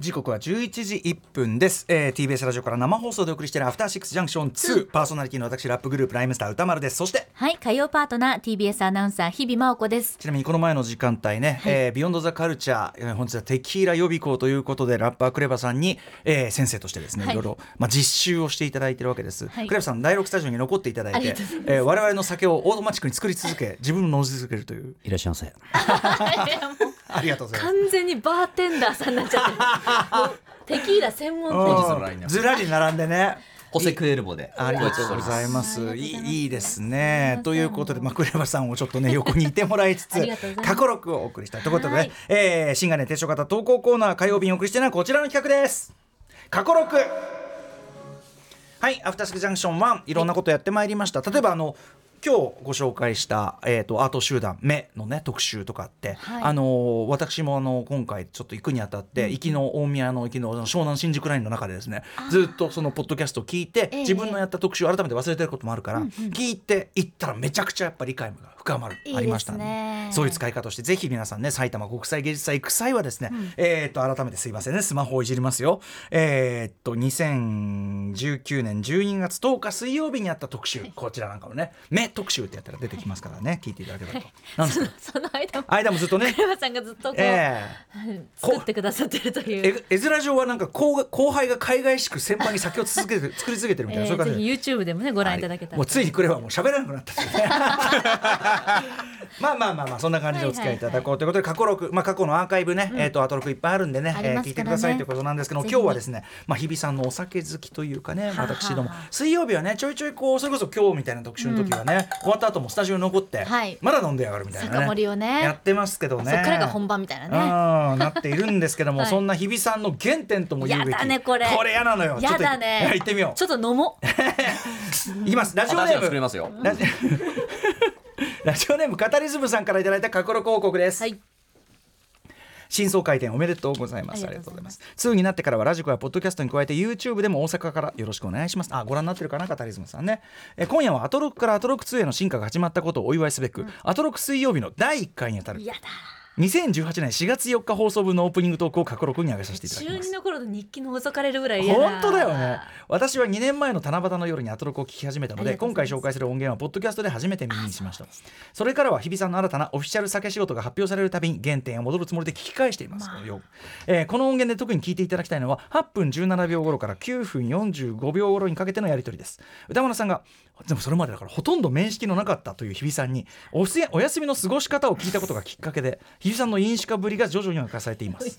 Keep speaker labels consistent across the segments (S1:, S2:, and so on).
S1: 時刻は11時1分です、えー、TBS ラジオから生放送でお送りしている「アフターシックスジャンクション2」パーソナリティの私ラップグループライムスター歌丸ですそして
S2: はい火曜パートナー TBS アナウンサー日々真央子 です
S1: ちなみにこの前の時間帯ね、えービヨンドザカルチャー、えー本日はテキーラ予備校ということで、ラッパークレバさんに、えー先生としてですね、
S2: は
S1: い、
S2: い
S1: ろいろ、まあ、実習をしていただいてるわけです。
S2: はい
S1: クレバさん、第6スタジオに残っていただい
S2: あり
S1: て
S2: がとうござい、
S1: えー我々の酒をオートマチックに作り続け、自分の飲み続けるという。
S3: いらっしゃいませ。
S1: ありがとうございます。
S2: 完全にバーテンダーさんになっちゃってるもうテキーラ専門
S1: うん
S3: 本
S2: 店
S3: 日のラインナップ
S1: ずらり並んでね。
S3: ホセクエルボで。
S1: ありがとうございます。
S2: ありがとうございます
S1: いいいいですね。ということで、まあ、クレバさんをちょっとね、横にいてもらいつつ
S2: ありがとうござい、ます
S1: 過去録をお送りしたいということで
S2: は
S1: ね
S2: い、
S1: えー、新金提唱型投稿コーナー火曜日にお送りしているのはこちらの企画です。過去録はい、アフターシックスジャンクション1、いろんなことやってまいりました。例えば、あの、今日ご紹介した、えー、とアート集団「目」のね特集とかあって、
S2: はい
S1: あのー私もあの今回ちょっと行くにあたって、行きの大宮の行きの湘南新宿ラインの中でですねずっとそのポッドキャストを聞いて、
S2: ええ
S1: 自分のやった特集を改めて忘れてることもあるから、聞いて行ったらめちゃくちゃやっぱり理解が深まる
S2: いいですね
S1: ありましたねそういう使い方をしてぜひ皆さんね埼玉国際芸術祭行く際はですね、えー、と改めてすいませんねスマホをいじりますよえっと2019年12月10日水曜日にあった特集こちらなんかのね「目特集」ってやったら出てきますからね聞いていただければと。なんですか
S2: その間も
S1: 間もずっ とね
S2: クレバさんがずっとこう、
S1: ええ
S2: 作ってくださってるという
S1: え絵面上はなんか後後輩が海外しく先輩に先を続けて作り続けてるみたいな、
S2: え
S1: そういう感
S2: ー、ぜ
S1: じで
S2: ひ YouTube でもねご覧いただけたら、
S1: もうついにクレバもう喋らなくなった ですね。まあまあまあまあそんな感じでお付き合いいただこうということで過去録まあ過去のアーカイブね、えっとアトロクいっぱいあるんでね
S2: あり
S1: えー
S2: ますからね
S1: 聞いてくださいということなんですけど
S2: ぜ
S1: 今
S2: ひ
S1: 日はですねまあ日比さんのお酒好きというかね
S2: はあ
S1: 私ども
S2: はあ
S1: 水曜日はねちょいちょいこうそれこそ今日みたいな特集の時はね終わった後もスタジオに残って
S2: はい
S1: まだ飲んでやがるみたい
S2: 酒
S1: な
S2: 盛りをね
S1: やってますけどね
S2: そっからが本番みたいなね
S1: うんなっているんですけども、
S2: はい
S1: そんな日比さんの原点とも言うべき
S2: やだねこれ
S1: これ嫌なのよ
S2: やだね
S1: ちょっと行ってみよ
S2: ちょっと飲もう
S1: ういきますラジオ
S3: 私
S1: ネ
S3: が作
S1: ー
S3: り
S1: ム
S3: ますよ。
S1: ラジ ラジオネームカタリズムさんからいただいた過去録報告です、
S2: はい
S1: 真相回転おめでとうございますあ
S2: あ
S1: り
S2: り
S1: がと
S2: がと
S1: う
S2: う
S1: ご
S2: ご
S1: ざ
S2: ざ
S1: い
S2: い
S1: ま
S2: ます
S1: 通になってからはラジコやポッドキャストに加えて YouTube でも大阪からよろしくお願いしますあご覧になってるかなカタリズムさんねえ今夜はアトロックからアトロック2への進化が始まったことをお祝いすべく、アトロック水曜日の第1回にあたる
S2: やだ
S1: 2018年4月4日放送分のオープニングトークを過去録に上げさせていただき
S2: 中
S1: ま
S2: 二
S1: す。
S2: の頃の日記の覗かれるぐらい嫌だ
S1: 本当だよ ね私は2年前の七夕の夜にアトロクを聞き始めたの
S2: あ
S1: で
S2: りがとう
S1: 今
S2: ご
S1: 回
S2: ざいます
S1: 紹介する音源はポッドキャストで初めて耳にしましたそれからは日比さんの新たなオフィシャル酒仕事が発表されるたびに原点へ戻るつもりで聞き返しています、
S2: まあ
S1: よえーこの音源で特に聞いていただきたいのは8分17秒頃から9分45秒頃にかけてのやり取りです歌丸さんがでもそれまでだからほとんど面識のなかったという日比さんにおすやお休みの過ごし方を聞いたことがきっかけで日比さんの飲酒家ぶりが徐々に明かされています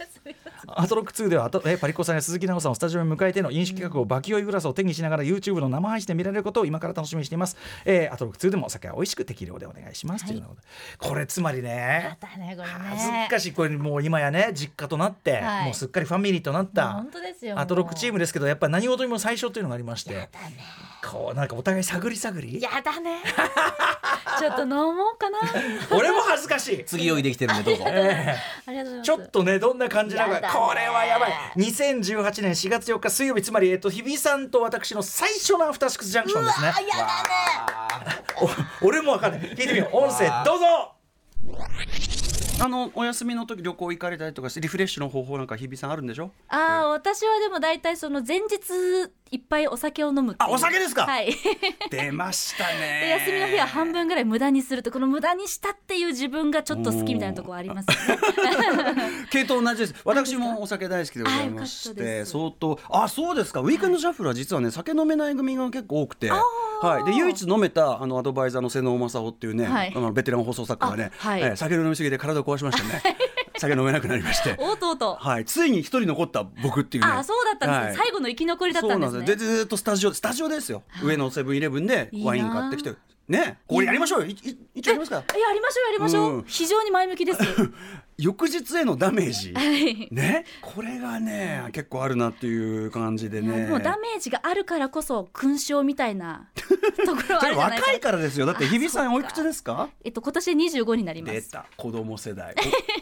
S1: アトロック2ではあとえパリコさんや鈴木奈々さんをスタジオに迎えての飲酒企画をバキ酔いグラスを手にしながら YouTube の生配信で見られることを今から楽しみにしています、えーアトロック2でもお酒は美味しく適量でお願いします、
S2: はい
S1: というようなことこれつまり
S2: や
S1: ね
S2: だねこれね
S1: 恥ずかしいこれもう今やね実家となって、
S2: はい
S1: もうすっかりファミリーとなっ
S2: もう
S1: た
S2: 本当ですよ
S1: アトロックチー
S2: ム
S1: ムですけどやっぱり何事にも最初というのがありましてこうなんかお互い探り探り
S2: やだ ねちょっと飲もうかな
S1: 俺も恥ずかしい
S3: 次用意できてるんでどうぞ。
S1: ええ
S2: ありがとうございます
S1: ちょっとねどんな感じなの
S2: や
S1: か
S2: だね
S1: これはやばい2018年4月4日水曜日つまり、えっと、日比さんと私の最初のアフターシックスジャンクションですね
S2: あやだね
S1: お俺もわかんない聞いてみよう音声
S3: わあ
S1: どうぞあのお休みの時旅行行かれたりとかしてリフレッシュの方法なんか日比さんあるんでしょ
S2: ああ、私はでも大体その前日いっぱいお酒を飲むってい
S1: あ
S2: う
S1: お酒ですか
S2: はい。で
S1: 出ました ね
S2: 休みの日は半分ぐらい無駄にするとこの無駄にしたっていう自分がちょっと好きみたいなところありますよね。
S4: 系統同じです私もお酒大好きでございまし
S2: あよかったで
S4: て
S2: す
S4: 相当あそうですかウィークエンドシャッフルは実はね酒飲めない組が結構多くて、はい、で唯一飲めたあのアドバイザーの瀬野正夫っていうね、
S2: はい
S4: あのベテラン放送作家がね、
S2: あはい
S4: えー酒の飲みすぎで体を壊しましてね酒飲めなくなりまして、
S2: おうとうと。
S4: はい、ついに一人残った僕っていうね
S2: あ、そうだったんですね。
S4: はい
S2: 最後の生き残りだっ
S4: そ
S2: た
S4: うん
S2: で
S4: なん
S2: す
S4: で
S2: ね。
S4: すでずーっとスタジオスタジオですよ上のセブンイレブンでワイン買ってきてねこれやりましょうよいい一応やりますか
S2: えやりましょうやりましょう、
S4: うん
S2: 非常に前向きです
S4: 翌日へのダメ ージ、ね、これがね結構あるなっていう感じで
S2: いや
S4: ね
S2: もうダメージがあるからこそ勲章みたいなところは
S4: そ
S2: あるじゃない
S4: れ
S2: です
S4: 若
S2: か
S4: いからですよだって日比さんおいくつですか
S2: えっと今年25になりま
S4: 出
S2: す
S4: た子供世代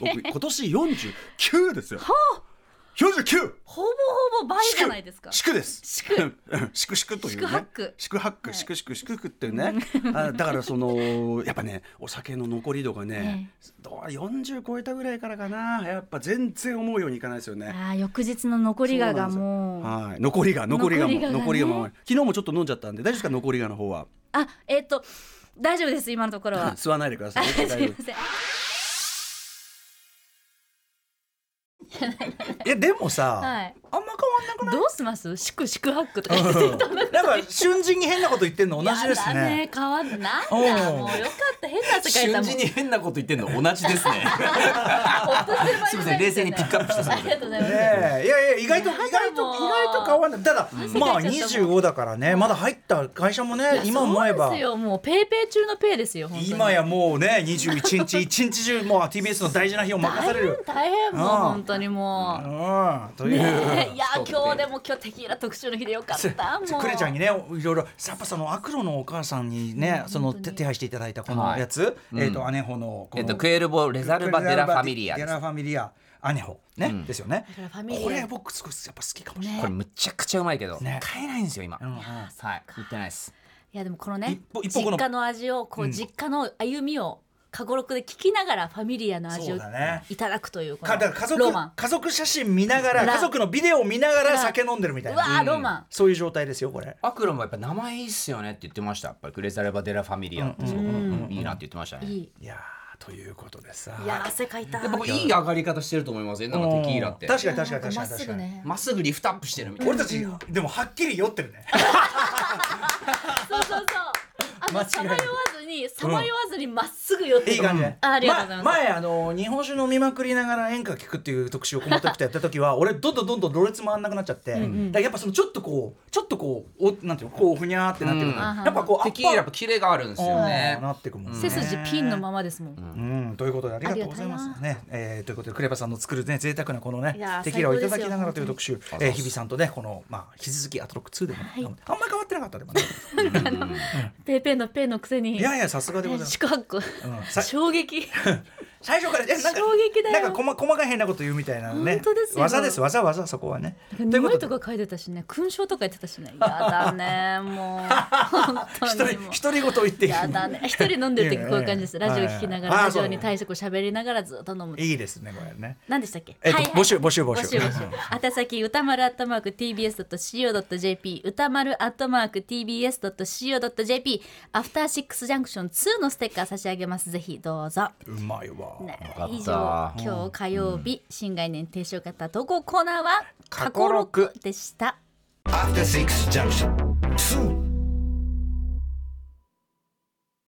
S4: お僕今年49ですよ49
S2: ほぼほぼ倍じゃないですか。
S4: 祝です
S2: 祝
S4: 祝祝というね
S2: 祝泊
S4: 祝ハック祝祝祝福っていうねあだからそのやっぱねお酒の残り度がねどう40超えたぐらいからかなやっぱ全然思うようにいかないですよね
S2: ああ、翌日の残りががもう。
S4: はい残りが残りがも
S2: 残りががね
S4: 残りがも昨日もちょっと飲んじゃったんで大丈夫ですか残りがの方は
S2: あ、えっ、と、大丈夫です、今のところは。
S4: 吸わないでくださ
S2: あ
S4: い
S2: す
S4: 大丈夫
S2: い
S4: で
S2: ますせん。
S1: いやでもさ、
S2: はい。
S1: あんま変わんなくない
S2: どうします祝祝ハックとか言ってたの
S1: なんか瞬時に変なこと言ってんの同じです
S2: やだ
S1: ね
S2: ね変わんなんだ
S1: お
S2: も
S1: う
S2: うよかった変な世界だ
S3: 瞬
S2: もん
S3: 時に変なこと言ってんの同じ ですねすいません冷静にピックアップしてすい
S2: あ
S3: ませ
S2: りが
S3: ん
S2: とうございます、
S1: ねえいやいや意外と意
S2: やだ
S1: 外
S2: も
S1: と
S2: う
S1: 意外と変わんないただ
S2: 汗
S1: まあ
S2: かいちゃったも
S1: 25だからねまだ入った会社もね今思え
S2: そう
S1: ば
S2: ですよもうペイペイ中のペイですよ本当に
S1: 今やもうね21日 一日中もう TBS の大事な日を任される
S2: 大変もう
S1: ああ
S2: 本当にもう
S1: うんという、
S2: ねえ いや
S3: そう
S2: 今日でも今日テキーラ特集の日でよか ったもう
S1: クレちゃんにねいろいろやっぱそのアクロのお母さんにね、その手
S2: 本当に
S1: 手配していただいたこのやつ、えっ、と姉穂のこの
S3: えっとクエルボレザルバデラファミリア
S1: デ
S3: で
S1: ラ
S3: す
S1: ファミリア姉穂ね、ですよね
S2: だからファミリア
S1: これ僕すごいやっぱ好きかもしれない、
S3: これむちゃくちゃうまいけど
S1: ね
S3: 買えないんですよ今
S1: うんうん
S3: はい売ってないです
S2: いやでもこのね
S1: 一歩一歩この
S2: 実家の味をこう、
S1: うん
S2: 実家の歩みを過去録で聞きながらファミリアの味
S1: そ
S2: を
S1: うだね
S2: いただくというこの
S1: かだから家
S2: ロマン
S1: 族家族写真見ながら
S2: ら
S1: 家族のビデオを見ながら
S2: ら
S1: 酒飲んでるみたいう
S2: わ
S1: な
S2: ーロマン、
S1: そういう状態ですよこれ
S3: アクロもやっぱ名前いいっすよねって言ってましたやっぱりクレザルバデラファミリアってすごくいいなって言ってましたね
S2: いい
S1: いやーということでさ
S2: いやー汗かいた
S3: で僕いい上がり方してると思いますよなんかテキーラって
S1: 確かに確かに確か
S2: ま
S1: に
S2: っす
S1: 確
S2: ぐ
S1: かに
S2: ね
S3: まっすぐリフトアップしてるみたいな
S1: 俺たちでもはっきり酔ってるね
S2: そうそうそうあ
S1: 間違
S2: の
S1: い
S2: さまよわずにさまよわずにまっすぐ寄って
S1: いい感じね
S2: あありがとうございます、
S1: 前あの日本酒飲みまくりながら演歌聴くっていう特集をこの時とやった時は俺どんどんどんどんろれつ回んなくなっちゃってだからやっぱそのちょっとこうちょっとこうおなんていうのこうふにゃーってなってくるの
S2: う
S1: や
S2: ん
S1: っぱこう
S3: テキーラやっ
S1: アッ
S3: ぱキレがあるんです
S1: パ
S3: よ
S1: ー
S3: ね
S1: うんなってくもんね
S2: 背筋ピンのままですもん、
S1: うん、ということでありがとうございま
S2: あり
S1: すね。えーということでクレバさんの作るね贅沢なこのね
S2: いやー
S1: テキーラをいただ
S2: 最
S1: き
S2: 高です
S1: な
S2: よ
S1: がらという特集、
S3: 当に
S1: えー日比さんとねこのまあ引き続きアトロック2でもね、
S2: はい
S1: あんまり変わってなかったでもね。
S2: ペーペーのペーのくせに
S1: いやいやさすがでございます。
S2: 宿泊、
S1: んさ
S2: 衝撃
S1: 最初からえなんか
S2: 衝撃だよ
S1: なんか細細かい変なこと言うみたいなのね。
S2: 本当ですよ
S1: 技です技技そこはね。という
S2: 匂
S1: こ
S2: い
S1: と
S2: と
S1: で
S2: か書いてたしね勲章とか言ってたしねやだねもう本当
S1: 一人
S2: にもう
S1: 一人ごと言っていい。
S2: やだね一人飲んでる時こういう感じです
S1: いやい
S2: ラ
S1: や
S2: ジオ聞きながら
S1: はい
S2: ラジオに対してこう喋りながらずっと飲む
S1: いいですねこれね。
S2: 何でしたっけ
S1: えっと
S2: はいはい
S1: 募集募集募集
S2: 募集募集宛先歌丸アットマーク TBS.CO.JP 歌丸アットマーク TBS.CO.JP アフターシックスジャンクション2のステッカー差し上げますぜひどうぞ
S1: うまいわ。
S2: ね
S3: かった
S2: 以上今日火曜日、新概念提唱型投稿コーナーは
S1: 過
S2: 過
S1: 去
S2: 去
S1: 録
S2: 録でした
S5: After Six Junction.